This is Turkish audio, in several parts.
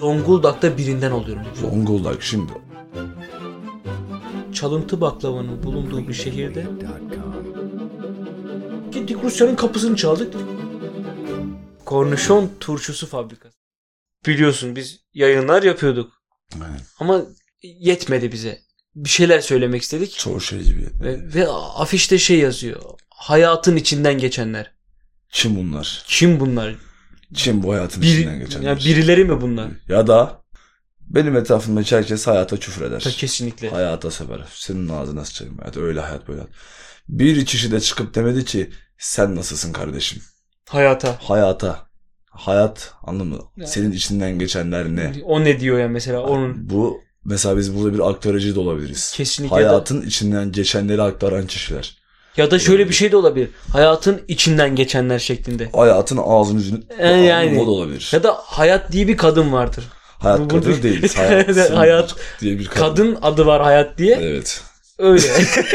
Zonguldak'ta birinden alıyorum. Zonguldak şimdi. Çalıntı baklavanın bulunduğu bir şehirde gittik Rusya'nın kapısını çaldık. Kornişon turşusu fabrikası. Biliyorsun biz yayınlar yapıyorduk Aynen. ama yetmedi bize. Bir şeyler söylemek istedik. Çoğu şey gibi. Ve, ve afişte şey yazıyor. Hayatın içinden geçenler. Çin bunlar. Kim bunlar? Çin bu hayatın Bir, içinden geçenler. yani birileri mi bunlar? Ya da benim etrafımdaki herkes hayata küfür eder. Ta kesinlikle. Hayata sever. Senin ağzına sıçarım hayat. Öyle hayat böyle hayat. Bir kişi de çıkıp demedi ki sen nasılsın kardeşim? Hayata. Hayata. Hayat anlamı. Ya. Senin içinden geçenler ne? O ne diyor ya mesela onun Bu mesela biz burada bir aktarıcı da olabiliriz. kesinlikle ya da, Hayatın içinden geçenleri aktaran kişiler. ya da şöyle bir şey de olabilir. Hayatın içinden geçenler şeklinde. Hayatın ağzını yüzünü E, yani. o da olabilir. Ya da hayat diye bir kadın vardır. Bu- Hayat bu- kadını değil. Evet, Hayat, hayat- diye bir kadın. Kadın adı var hayat diye. Evet. Öyle.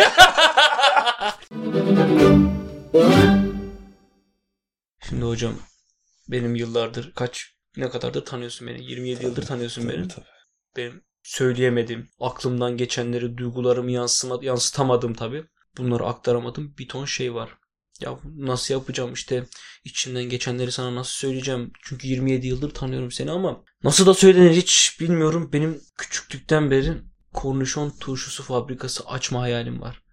Şimdi hocam benim yıllardır kaç ne kadardır tanıyorsun beni? 27 yıldır tanıyorsun beni. Tabii, tabii. Benim söyleyemedim. Aklımdan geçenleri, duygularımı yansıma, yansıtamadım tabii. Bunları aktaramadım. Bir ton şey var. Ya nasıl yapacağım işte içimden geçenleri sana nasıl söyleyeceğim? Çünkü 27 yıldır tanıyorum seni ama nasıl da söylenir hiç bilmiyorum. Benim küçüklükten beri kornişon turşusu fabrikası açma hayalim var.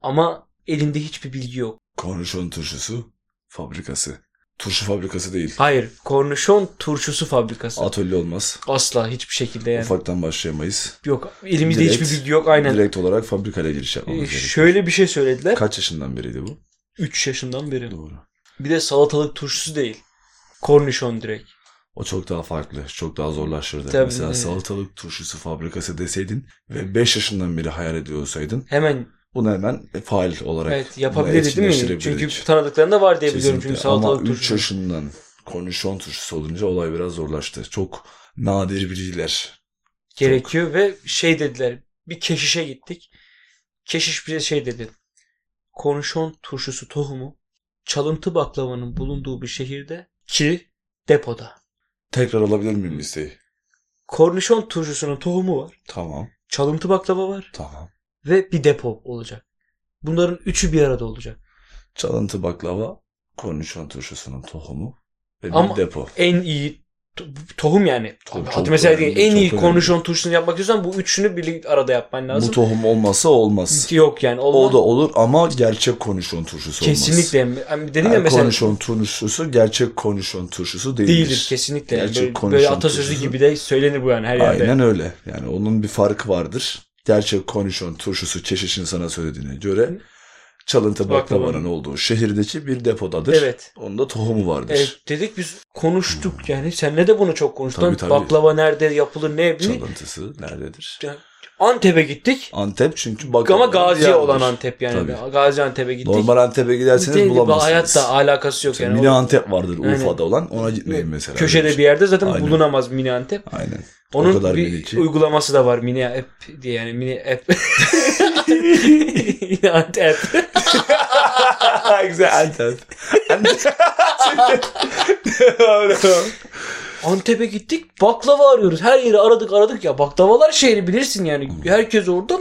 Ama elinde hiçbir bilgi yok. Kornişon turşusu fabrikası. Turşu fabrikası değil. Hayır, kornişon turşusu fabrikası. Atölye olmaz. Asla hiçbir şekilde yani. Ufaktan başlayamayız. Yok, elimizde Direkt- hiçbir bilgi yok aynen. Direkt olarak fabrikayla giriş Ee, yapmamız gerekiyor. Şöyle bir şey söylediler. Kaç yaşından beriydi bu? 3 yaşından beri. Doğru. Bir de salatalık turşusu değil. Kornişon direkt. O çok daha farklı. Çok daha zorlaşırdı. Tabii, Mesela evet. salatalık turşusu fabrikası deseydin ve 5 yaşından beri hayal ediyor olsaydın Hemen bunu hemen faal olarak evet buna yapabiliriz değil mi? etkinleştirebilirdik. Çünkü tanıdıklarında var diye biliyorum çünkü Kesinlikle. Ama salatalık 3 turşusu. yaşından konuşon turşusu olunca olay biraz zorlaştı. Çok nadir bilgiler. gerekiyor ve şey dediler. Bir keşişe gittik. Keşiş bize şey dedi. Kornişon turşusu tohumu çalıntı baklavanın bulunduğu bir şehirde ki depoda. Tekrar alabilir miyim listeyi? Kornişon turşusunun tohumu var. Tamam. Çalıntı baklava var Tamam. ve bir depo olacak. Bunların üçü bir arada olacak. Çalıntı baklava, konuşon turşusunun tohumu ve bir Ama- depo. en iyi to- tohum yani. Tohum çok Hadi mesela önemli, en çok iyi önemli. kornişon turşusunu yapmak istiyorsan bu üçünü birlikte arada yapman lazım. Bu tohum olmasa olmaz. Yok yani olmaz. O da olur ama gerçek konuşon turşusu kesinlikle. Yani dedim ya olmaz. mesela Konuşon turşusu gerçek konuşon turşusu değildir. değildir kesinlikle. Yani Gerçek böyle, böyle kornişon atasözü turşusu. gibi de söylenir bu yani her yerde. Aynen öyle. Yani onun bir farkı vardır. Gerçek konuşon turşusu çeşişin sana söylediğine göre çalıntı Baklavanın. baklavanın olduğu şehirdeki bir depodadır. Evet. Onda tohumu vardır. Evet, E, dedik biz konuştuk yani senle de bunu çok konuştuk. Tabii, tabii. Baklava nerede yapılır ne bilir. Çalıntısı nerededir? Antep'e gittik Antep çünkü ama baklavanın Gazi'ye diyarıdır. olan Antep yani. Tabii. Gaziantep'e gittik. Normal Antep'e giderseniz Değil, bulamazsınız. Hayatla alakası yok Mesela yani. Mini O Antep vardır Aynen. Urfa'da olan ona gitmeyin mesela. köşede bir yerde zaten Aynen. bulunamaz mini Antep. Aynen. Onun kadar bir mini ki. uygulaması da var mini app diye yani mini app. Ant app. Güzel Antep. Antep'e gittik baklava arıyoruz. Her yeri aradık aradık ya baklavalar şehri bilirsin yani. Hmm. Herkes orada.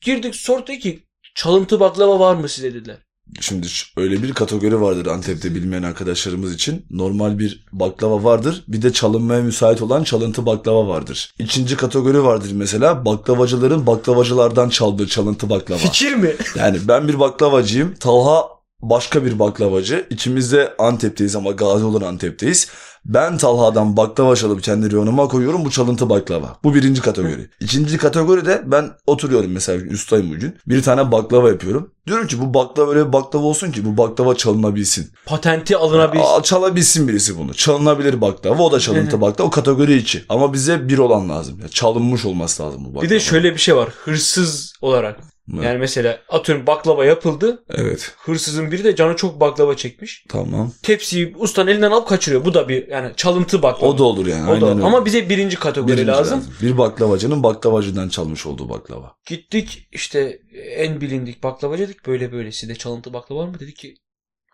Girdik sordu ki çalıntı baklava var mı size dediler. Şimdi ş- öyle bir kategori vardır Antep'te bilmeyen arkadaşlarımız için. Normal bir baklava vardır. Bir de çalınmaya müsait olan çalıntı baklava vardır. İkinci kategori vardır mesela baklavacıların baklavacılardan çaldığı çalıntı baklava. Fikir mi? Yani ben bir baklavacıyım. Talha başka bir baklavacı. İkimiz de Antep'teyiz ama gazi olan Antep'teyiz. Ben Talha'dan baklava çalıp kendi reyonuma koyuyorum. Bu çalıntı baklava. Bu birinci kategori. İkinci kategori de ben oturuyorum mesela üstayım bugün. Bir tane baklava yapıyorum. Diyorum ki bu baklava öyle bir baklava olsun ki bu baklava çalınabilsin. Patenti alınabilsin. Aa, çalabilsin birisi bunu. Çalınabilir baklava. O da Hı hı. çalıntı baklava. O kategori içi. Ama bize bir olan lazım. Ya çalınmış olması lazım bu baklava. Bir de şöyle bir şey var. Hırsız olarak. Yani mesela atıyorum baklava yapıldı. Evet. Hırsızın biri de canı çok baklava çekmiş. Tamam. Tepsiyi ustanın elinden alıp kaçırıyor. Bu da bir yani çalıntı baklava. O da olur yani. O Aynen da- öyle. ama bize birinci kategori Birinci lazım. Bir baklavacının baklavacıdan çalmış olduğu baklava. Gittik işte en bilindik baklavacı dedik böyle böyle sizde çalıntı baklava var mı? Dedi ki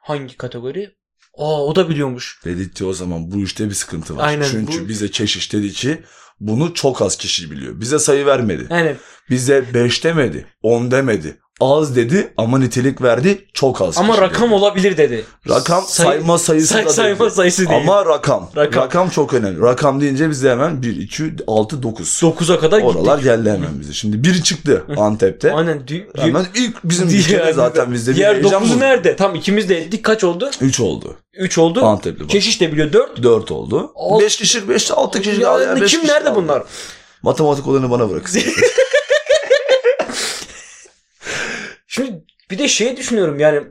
hangi kategori? Aa o da biliyormuş. Dedirtti o zaman bu işte bir sıkıntı var. Aynen, Çünkü bu- bize çeşiş dedi ki bunu çok az kişi biliyor. Bize sayı vermedi. Yani Bize 5 demedi, 10 demedi. Az dedi ama nitelik verdi çok az. ama kişi rakam dedi. olabilir dedi. şey rakam Say- sayma sayısı say- da sayma dedi. sayısı değil. Ama rakam. Rakam. rakam. çok önemli. Rakam deyince biz de hemen 1 2 6 9. 9'a kadar Oralar gittik. geldi hemen bize. Şimdi biri çıktı Antep'te. Aynen. dü- dü- Hemen ilk bizim Diğer- ülkede zaten bizde bir Diğer heyecan 9'u nerede? Tam ikimiz de ettik. Kaç oldu? 3 oldu. 3 oldu. Antepli bak. Keşiş de biliyor 4. 4 oldu. Alt- 5 kişi 5 6 kişi kaldı. yani beş kim kişi nerede kaldı. bunlar? Matematik olanı bana bırak. Şimdi bir de şey düşünüyorum yani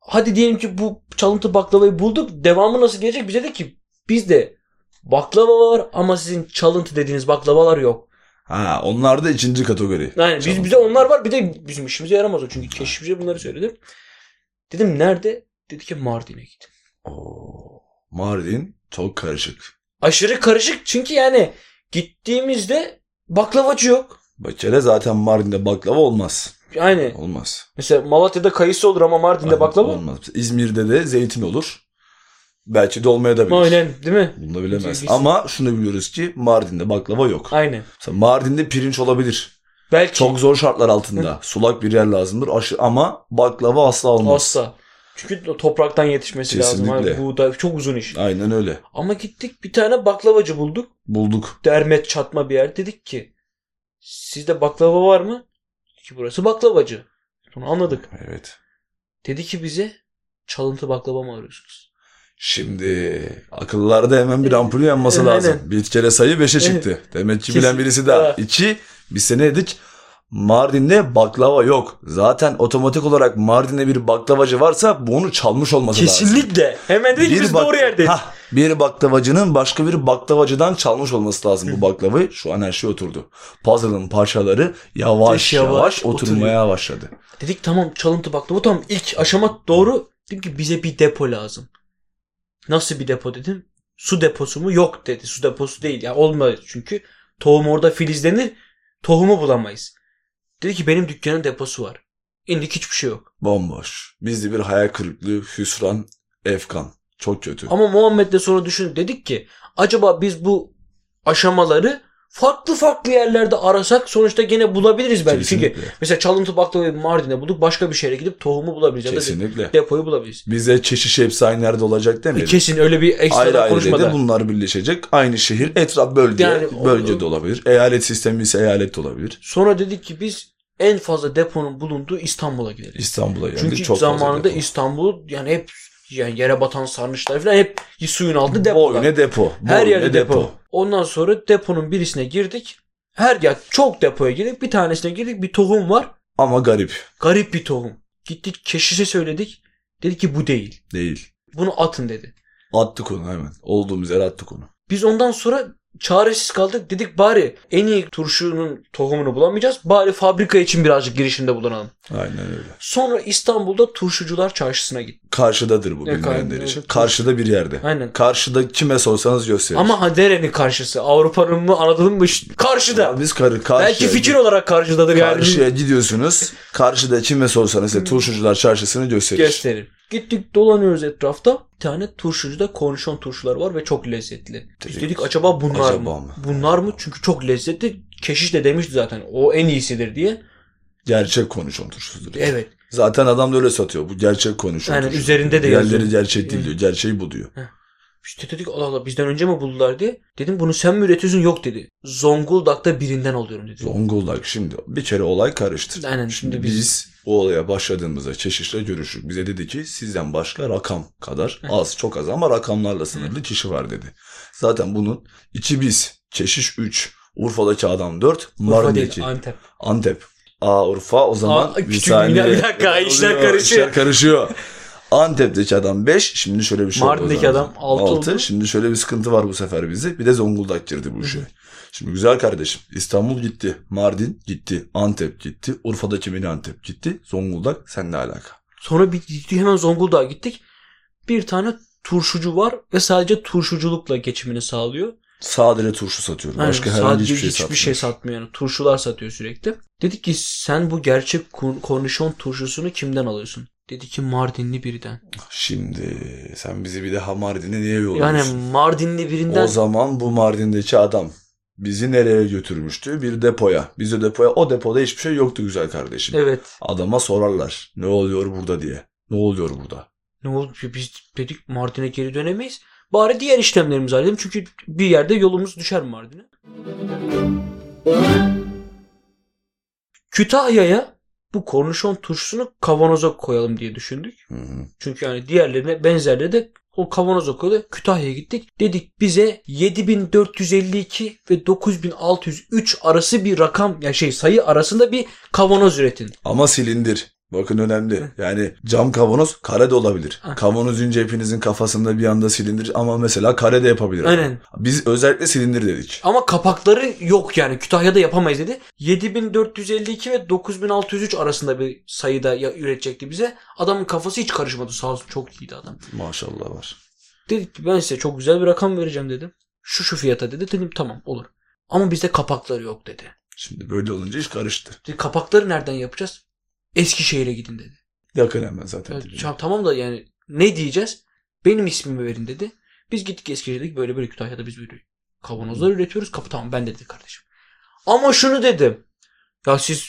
hadi diyelim ki bu çalıntı baklavayı bulduk. Devamı nasıl gelecek? Bize de ki bizde baklava var ama sizin çalıntı dediğiniz baklavalar yok. Ha onlar da ikinci kategori. Yani biz Çalıntı. bize onlar var bir de bizim işimize yaramaz o. Çünkü keşif bize bunları söyledi. Dedim nerede? Dedi ki Mardin'e git. Oo, Mardin çok karışık. Aşırı karışık çünkü yani gittiğimizde baklavacı yok. Bak hele zaten Mardin'de baklava olmaz. Yani Olmaz. mesela Malatya'da kayısı olur ama Mardin'de Aynen, baklava Olmaz. İzmir'de de zeytin olur. Belki dolmaya da bilir. Aynen değil mi? Bunu da bilemez. Bilgisi- Ama şunu biliyoruz ki Mardin'de baklava yok. Aynen. Mesela Mardin'de pirinç olabilir. Belki Çok zor şartlar altında. Sulak bir yer lazımdır. Aşı ama baklava asla olmaz. Asla. Çünkü to- topraktan yetişmesi lazım. Kesinlikle. Abi, buğday çok uzun iş. Aynen öyle. Ama gittik bir tane baklavacı bulduk. Bulduk. Dermet çatma bir yer. Dedik ki sizde baklava var mı? Dedi Ki burası baklavacı. Sonra anladık. Evet. Dedi ki bize çalıntı baklava mı arıyorsunuz? Şimdi akıllarda hemen bir ampul yanması Aynen. lazım. Bir kere sayı 5'e çıktı. Demek ki bilen Kesin- birisi Ha. daha. 2 bir sene dedik. Mardin'de baklava yok. Zaten otomatik olarak Mardin'de bir baklavacı varsa bu onu çalmış olması lazım. Kesinlikle. Hemen dedik biz bak- doğru yerdeyiz. Hah, bir baklavacının başka bir baklavacıdan çalmış olması lazım bu baklavayı. Şu an her şey oturdu. Puzzle'ın parçaları yavaş Yavaş yavaş, yavaş oturmaya başladı. Dedik tamam çalıntı baklava tamam ilk aşama doğru. Dedim ki bize bir depo lazım. Nasıl bir depo dedim. Su deposu mu? Yok dedi. Su deposu değil. Ya olmaz çünkü tohum orada filizlenir. Tohumu bulamayız. Dedi ki benim dükkanın deposu var. İndik hiçbir şey yok. Bomboş. Bizde bir hayal kırıklığı, hüsran, efkan. Çok kötü. Ama Muhammed'le sonra düşündük dedik ki acaba biz bu aşamaları farklı farklı yerlerde arasak sonuçta gene bulabiliriz belki. Çünkü Kesinlikle. mesela çalıntı baklavayı Mardin'e bulduk. Başka bir şehre gidip tohumu bulabiliriz. Ya da Kesinlikle. depoyu bulabiliriz. Bize çeşiş hepsi aynı yerde olacak E, demeyelim. Kesin öyle bir ekstra ayrı ayrı konuşmadan. dedi bunlar birleşecek. Aynı şehir etraf bölge Yani o- bölge de olabilir. Eyalet sistemi ise eyalet de olabilir. Sonra dedik ki biz en fazla deponun bulunduğu İstanbul'a gidelim. İstanbul'a geldi. Çünkü çok zamanında fazla depo. İstanbul yani hep yani yere batan sarnıçlar falan hep suyun altında depo. Boyuna depo. Her boyuna yerde depo. Ondan sonra deponun birisine girdik. Her yer çok depoya girdik. Bir tanesine girdik. Bir tohum var. Ama garip Garip bir tohum. Gittik keşişe söyledik. Dedi ki bu değil. değil. Bunu atın dedi. Attık onu hemen. Olduğumuz yere attık onu. Biz ondan sonra çaresiz kaldık. Dedik bari en iyi turşunun tohumunu bulamayacağız. Bari fabrika için birazcık girişimde bulunalım. Aynen öyle. Sonra İstanbul'da Turşucular Çarşısı'na gittim. Karşıdadır bu Ne bilmeyenler kar- için. evet. Karşıda bir yerde. Aynen. Karşıda kime sorsanız gösterir. Ama ha nerenin karşısı? Avrupa'nın mı Anadolu'nun mu? İşte Karşıda. Ya biz karı karşıya Belki fikir olarak karşıdadır yani. karşıya gidiyorsunuz. Karşıda kime sorsanız Hmm. size turşucular çarşısını gösterir. Gösterir. Gittik dolanıyoruz etrafta. Bir tane turşucuda kornişon turşuları var ve çok lezzetli. Biz Dedik, dedik acaba bunlar acaba mı? mı? Bunlar mı? Çünkü çok lezzetli. Keşiş de demişti zaten. O en iyisidir diye. Gerçek konuşan turşusudur. Evet. Zaten adam da öyle satıyor. Bu gerçek konuşan Yani turşu. üzerinde de yazıyor. Diğerleri gerçek değil diyor. Gerçeği bu diyor. İşte dedik Allah Allah bizden önce mi buldular diye. Dedim bunu sen mi üretiyorsun? Yok dedi. Zonguldak'ta birinden alıyorum dedi. Zonguldak şimdi bir kere olay karıştı. Aynen, şimdi, şimdi biz- biz... o olaya başladığımızda çeşişle görüştük. Bize dedi ki sizden başka rakam kadar Hı. az çok az ama rakamlarla sınırlı kişi var dedi. Zaten bunun içi biz. Çeşiş 3. Urfa'daki adam 4. Urfa değil Mardin'deki Antep. Antep. Aa Urfa o zaman Aa, küçük bir saniye. bir dakika, işler Oluyor, karışıyor. işler karışıyor. Antep'teki adam 5. Şimdi şöyle bir şey oldu o Mardin'deki zaman. adam altı oldu. Şimdi şöyle bir sıkıntı var bu sefer bizi. Bir de Zonguldak girdi bu işe. Şimdi güzel kardeşim İstanbul gitti. Mardin gitti. Antep gitti. Urfa'daki mini Antep gitti. Zonguldak seninle alaka. Sonra bir gittik, hemen Zonguldak'a gittik. Bir tane turşucu var ve sadece turşuculukla geçimini sağlıyor. Sadece turşu satıyorum. Yani Başka herhangi sadece hiçbir şey hiçbir satmıyorum. şey satmıyor. Yani turşular satıyor sürekli. Dedik ki sen bu gerçek kon- kornişon turşusunu kimden alıyorsun? Dedi ki Mardinli birden. Şimdi sen bizi bir de ha Mardin'e niye Yani yolluyorsun? Mardinli birinden O zaman bu Mardin'deki adam bizi nereye götürmüştü? Bir depoya. Biz de depoya. O depoda hiçbir şey yoktu güzel kardeşim. evet. Adama sorarlar. Ne oluyor burada diye. Ne oluyor burada? Ne oldu ki biz dedik Mardin'e geri dönemeyiz. Bari diğer işlemlerimizi halledelim. Çünkü bir yerde yolumuz düşer Mardin'e. Kütahya'ya bu kornişon turşusunu kavanoza koyalım diye düşündük. Hı hı. Çünkü yani diğerlerine benzerleri de o kavanoz okuyordu. Kütahya'ya gittik. Dedik bize 7452 ve 9603 arası bir rakam ya şey sayı arasında bir kavanoz üretin. Ama silindir. Bakın önemli. Yani cam kavanoz kare de olabilir. Hı. Kavanozun hepinizin kafasında bir anda silindir ama mesela kare de yapabilir. Aynen. Biz özellikle silindir dedik. Ama kapakları yok yani Kütahya'da yapamayız dedi. 7452 ve 9603 arasında bir sayıda ya- üretecekti bize. Adamın kafası hiç karışmadı sağ olsun çok iyiydi adam. Maşallah var. Dedik ki ben size çok güzel bir rakam vereceğim dedim. Şu şu fiyata dedi. Dedim tamam olur. Ama bizde kapakları yok dedi. Şimdi böyle olunca iş karıştı. Dedi, kapakları nereden yapacağız? Eskişehir'e gidin dedi. Yakın hemen zaten. Ya, dibine. "Ya tamam da yani ne diyeceğiz? Benim ismimi verin dedi. Biz gittik Eskişehir'deki böyle böyle Kütahya'da biz böyle kavanozlar üretiyoruz. Kapı tamam ben de dedi kardeşim. Ama şunu dedim. Ya siz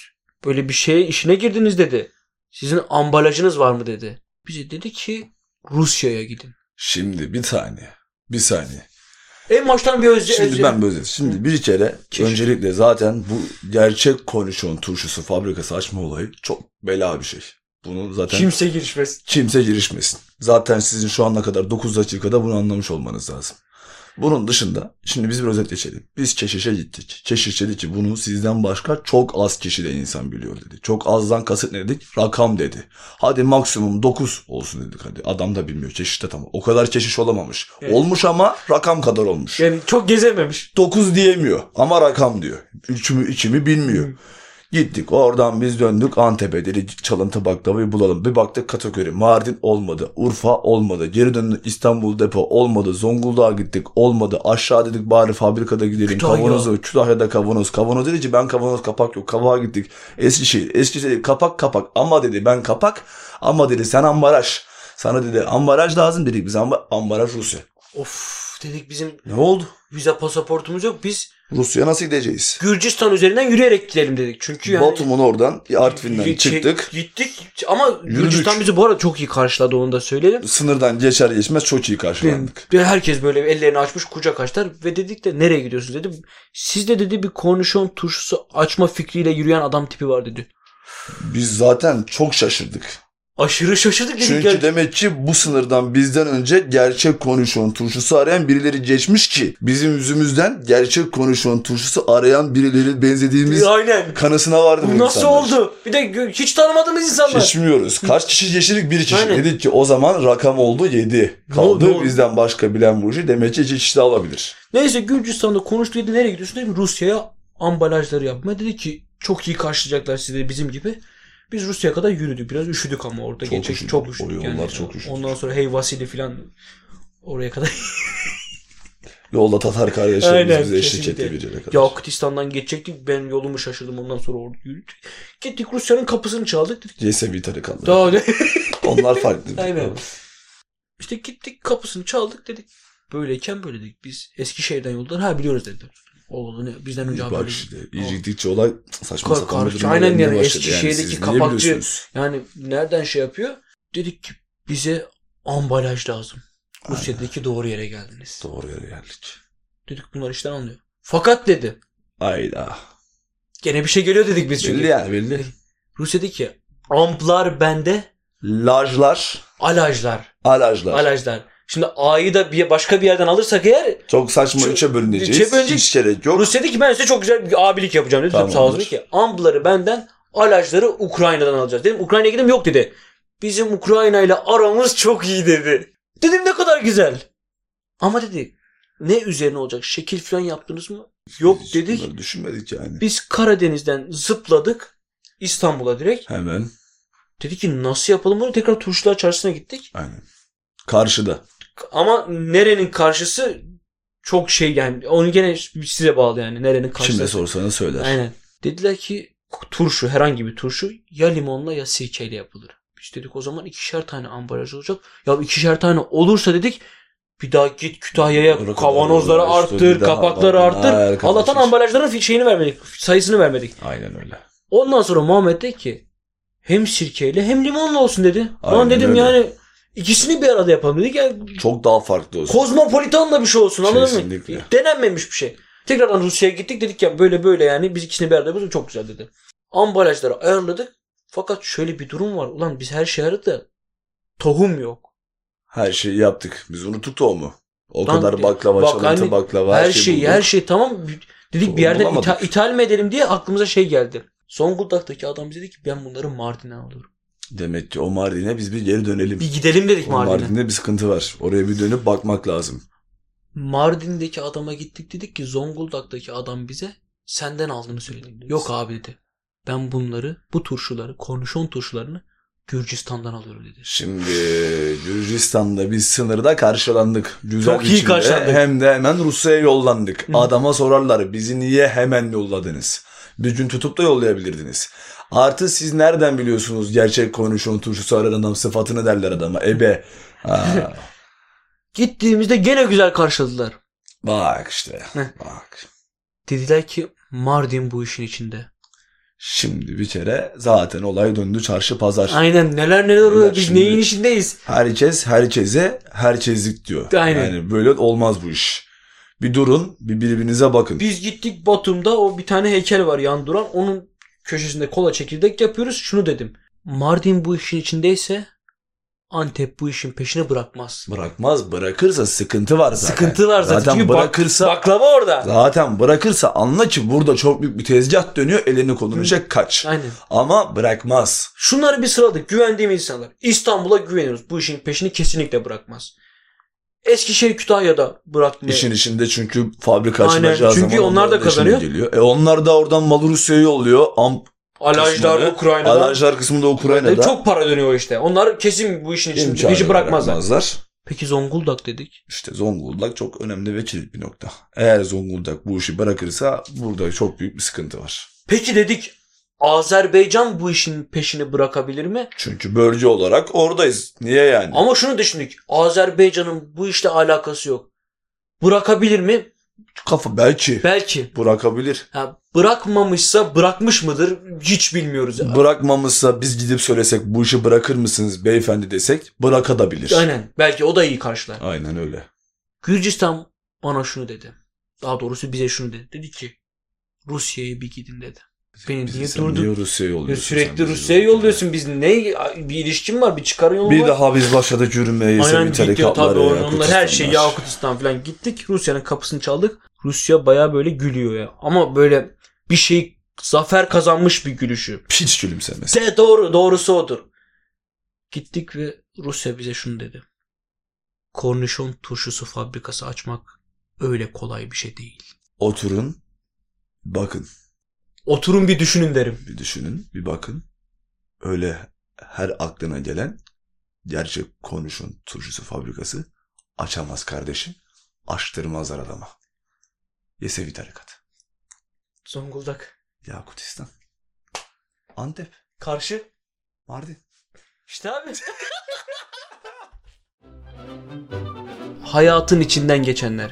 böyle bir şeye işine girdiniz dedi. Sizin ambalajınız var mı dedi. Bize dedi ki Rusya'ya gidin. Şimdi bir saniye. Bir saniye. En baştan bir özle. Şimdi özle- ben böyle. Şimdi bir kere Keşke. öncelikle zaten bu gerçek konuşon turşusu fabrikası açma olayı çok bela bir şey. Bunu zaten Kimse girişmez. kimse girişmesin. Zaten sizin şu ana kadar 9 dakikada bunu anlamış olmanız lazım. Bunun dışında şimdi biz bir özet geçelim. Biz Çeşiş'e gittik. Çeşiş dedi ki bunu sizden başka çok az kişi de insan biliyor dedi. Çok azdan kasıt ne dedik? Rakam dedi. Hadi maksimum 9 olsun dedik hadi. Adam da bilmiyor. Çeşiş de tamam. O kadar çeşiş olamamış. Evet. Olmuş ama rakam kadar olmuş. Yani çok gezememiş. 9 diyemiyor ama rakam diyor. 3 mü 2 mi bilmiyor. Hı. Gittik oradan biz döndük Antep'e dedik çalıntı baklavayı bulalım. Bir baktık kategori Mardin olmadı, Urfa olmadı, geri döndük İstanbul depo olmadı, Zonguldak'a gittik olmadı. Aşağı dedik bari fabrikada gidelim Kütahya. kavanozu, Kütahya'da kavanoz. Kavanoz dedi ki ben kavanoz kapak yok, kapağa gittik. Eskişehir, Eskişehir dedi, kapak kapak ama dedi ben kapak ama dedi sen ambalaj. Sana dedi ambalaj lazım dedik biz ama ambalaj Rusya. Of dedik bizim Ne oldu? vize pasaportumuz yok. Biz Rusya nasıl gideceğiz? Gürcistan üzerinden yürüyerek gidelim dedik. Çünkü yani Batum'un oradan Artvin'den Yürü- çıktık. Gittik ama Yürüdük. Gürcistan bizi bu arada çok iyi karşıladı onu da söyleyelim. Sınırdan geçer geçmez çok iyi karşılandık. Ve Herkes böyle ellerini açmış kucak açtılar ve dedik de nereye gidiyorsunuz dedi. Sizde dedi bir kornişon turşusu açma fikriyle yürüyen adam tipi var dedi. Biz zaten çok şaşırdık. Aşırı şaşırdık dedik Çünkü yani. demek ki bu sınırdan bizden önce gerçek konuşon turşusu arayan birileri geçmiş ki bizim yüzümüzden gerçek konuşon turşusu arayan birileri benzediğimiz Aynen. kanısına vardı bu Bu nasıl insanlar. oldu? Bir de gö- hiç tanımadığımız insanlar. Şaşmıyoruz. Kaç kişi geçirdik? Bir kişi. Aynen. Dedik ki o zaman rakam oldu 7. Ne oldu, ne Kaldı oldu? bizden başka bilen bu işi. Demek ki iki kişi de alabilir. Neyse Gürcistan'da konuştu dedi nereye gidiyorsun dedim Rusya'ya ambalajları yapmaya. Dedi ki çok iyi karşılayacaklar sizi de bizim gibi. Biz Rusya'ya kadar yürüdük. Biraz üşüdük ama orada Çok geçecek üşüdük. çok O üşüdük. yollar yani. çok üşüdük. Ondan sonra hey Vasili falan oraya kadar. Yolda Tatar kardeşlerimiz Aynen, bize eşlik kesinlikle. etti bir yere kadar. Yakutistan'dan geçecektik. Ben yolumu şaşırdım. Ondan sonra orada yürüdük. Gittik Rusya'nın kapısını çaldık. Dedik, Yesevi tarikanları. Daha ne? Onlar farklı. Aynen. İşte gittik kapısını çaldık dedik. Böyleyken böyle dedik. Biz Eskişehir'den yoldan ha biliyoruz dediler. Oldu ne? Bizden önce haber Bak yok. şimdi iyilikçi olay saçma Kar- sapan bir karışık. duruma Aynen gelmeye yani başladı. Eskişehir'deki siz niye kapakçı- biliyorsunuz? Yani nereden şey yapıyor? Dedik ki bize ambalaj lazım. Aynen. Rusya'daki doğru yere geldiniz. Doğru yere geldik. Dedik bunlar işten anlıyor. Fakat dedi. Ayda. Gene bir şey geliyor dedik biz Belli çünkü. yani belli. Rusya dedi ki amplar bende, Lajlar, alajlar. alajlar. Alajlar. Şimdi A'yı da bir başka bir yerden alırsak eğer Çok saçma Çok- üçe bölüneceğiz. Üçe bölünecek- Hiç gerek yok. Rusya dedi ki ben size çok güzel bir abilik yapacağım dedi. Tamam, Tamamdır. Sağ olsun dedi ki ampları benden, alajları Ukrayna'dan alacağız. Dedim Ukrayna'ya gidelim yok dedi. Bizim Ukrayna ile aramız çok iyi dedi. Dedim ne kadar güzel. Ama dedi ne üzerine olacak şekil falan yaptınız mı? Yok Biz dedik. bunları düşünmedik yani. Biz Karadeniz'den zıpladık İstanbul'a direkt. Hemen. Dedi ki nasıl yapalım bunu? Tekrar Turşular Çarşısı'na gittik. Aynen. Karşıda. Ama nerenin karşısı çok şey yani onu gene size bağlı yani nerenin karşısı. Kime sorsanız söyler. Aynen. Dediler ki turşu herhangi bir turşu ya limonla ya sirkeyle yapılır. Biz dedik o zaman ikişer tane ambalaj olacak. Ya ikişer tane olursa dedik bir daha git Kütahya'ya Orada kavanozları kadar uğraştı, arttır, bir daha kapakları Allah'tan- arttır. Hayır kardeşim. Allah'tan ambalajların fi- şeyini vermedik, sayısını vermedik. Aynen öyle. Ondan sonra Muhammed dedi ki hem sirkeyle hem limonla olsun dedi. Lan Aynen dedim öyle. yani ikisini bir arada yapalım dedik. Yani Çok daha farklı olsun. kozmopolitanla bir şey olsun anladın mı? Kesinlikle. Denenmemiş bir şey. Tekrardan Rusya'ya gittik dedik ya böyle böyle yani biz ikisini bir arada yapalım çok güzel dedi. Ambalajları ayarladık. Fakat şöyle bir durum var. Ulan biz her şeyi aradık da tohum yok. Her şeyi yaptık. Biz unuttuk da o mu? O Lan kadar de- baklava, bak çalıntı hani baklava. her şeyi şey bulduk. her şey tamam. Dedik Tohum bir yerden bulamadık. itha- ithal mi edelim diye aklımıza şey geldi. Zonguldak'taki adam bize dedi ki ben bunları Mardin'e alıyorum. Demek ki o Mardin'e biz bir geri dönelim. Bir gidelim dedik O Mardin'e. Mardin'de bir sıkıntı var. Oraya bir dönüp bakmak lazım. Mardin'deki adama gittik dedik ki Zonguldak'taki adam bize senden aldığını söyledi. Yok abi dedi. Ben bunları, bu turşuları, kornişon turşularını Gürcistan'dan alıyorum dedi. Şimdi Gürcistan'da biz sınırda karşılandık. Güzel Çok iyi biçimde. karşılandık. Hem de hemen Rusya'ya yollandık. Hı. Adama sorarlar bizi niye hemen yolladınız? Bir gün tutup da yollayabilirdiniz. Artı siz nereden biliyorsunuz gerçek konuşun turşusu aran adam sıfatını derler adama. Ebe. Ha, Gittiğimizde gene güzel karşıladılar. bak işte. Hı. bak. Dediler ki Mardin bu işin içinde. Şimdi bir kere zaten olay döndü çarşı pazar. Aynen neler neler oluyor biz Şimdi- neyin içindeyiz. Herkes herkese herkeslik diyor. Aynen. Yani böyle olmaz bu iş. Bir durun, bir birbirinize bakın. Biz gittik Batum'da o bir tane heykel var yan duran. Onun köşesinde kola çekirdek yapıyoruz. Şunu dedim. Mardin bu işin içindeyse Antep bu işin peşini bırakmaz. Bırakmaz, bırakırsa sıkıntı var zaten. Sıkıntı var zaten. Zaten Çünkü bak- bırakırsa Baklava orada. zaten bırakırsa anla ki burada çok büyük bir tezgah dönüyor, elini kolunu çek kaç. Aynen. Ama bırakmaz. Şunları bir sıraladık. Güvendiğim insanlar. İstanbul'a güveniyoruz. Bu işin peşini kesinlikle bırakmaz. Eskişehir Kütahya'da bırakmıyor. İşin içinde çünkü fabrika Aynen, açılacağı çünkü zaman onlar da işine kazanıyor. Geliyor. E onlar da oradan malı Rusya'ya yolluyor. Am Alajlar kısmını- Ukrayna'da. Alanjlar kısmı da Ukrayna'da. Çok para dönüyor işte. Onlar kesin bu işin İmkanı içinde. Hiç bırakmazlar. bırakmazlar. Peki Zonguldak dedik. İşte Zonguldak çok önemli ve kilit bir nokta. Eğer Zonguldak bu işi bırakırsa burada çok büyük bir sıkıntı var. Peki dedik Azerbaycan bu işin peşini bırakabilir mi? Çünkü bölge olarak oradayız. Niye yani? Ama şunu düşündük. Azerbaycan'ın bu işle alakası yok. Bırakabilir mi? Kafa belki Belki. bırakabilir. Ha, bırakmamışsa bırakmış mıdır? Hiç bilmiyoruz. Bırakmamışsa biz gidip söylesek bu işi bırakır mısınız beyefendi desek bırakabilir. Aynen. Belki o da iyi karşılar. Aynen öyle. Gürcistan bana şunu dedi. Daha doğrusu bize şunu dedi. Dedi ki Rusya'ya bir gidin dedi. Benim Biz- niye sen durdun? niye Rusya'ya Ya yolluyorsun? sen sürekli bizi? Rusya'ya yolluyorsun. Biz ne bir ilişkin var, bir çıkar yolu Bir var. daha biz başladık yürümeye Aynen sevgili gidiyor tarikatlar tabii ya, onlar her şey Yakutistanlar. Yakutistan falan gittik. Rusya'nın kapısını çaldık. Rusya baya böyle gülüyor ya. Ama böyle bir şey zafer kazanmış bir gülüşü. Piç gülümsemesi. De doğru doğrusu odur. Gittik ve Rusya bize şunu dedi. Kornişon turşusu fabrikası açmak öyle kolay bir şey değil. Oturun. Bakın. Oturun bir düşünün derim. Bir düşünün, bir bakın. Öyle her aklına gelen gerçek konuşun turşusu fabrikası açamaz kardeşim. Açtırmazlar adama. Yesevi tarikat. Zonguldak. Yakutistan. Antep. Karşı. Mardin. İşte abi. Hayatın içinden geçenler.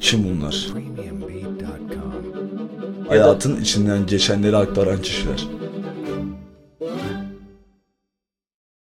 Kim bunlar? premiumbeat.com. Hayatın içinden geçenleri aktaran kişiler.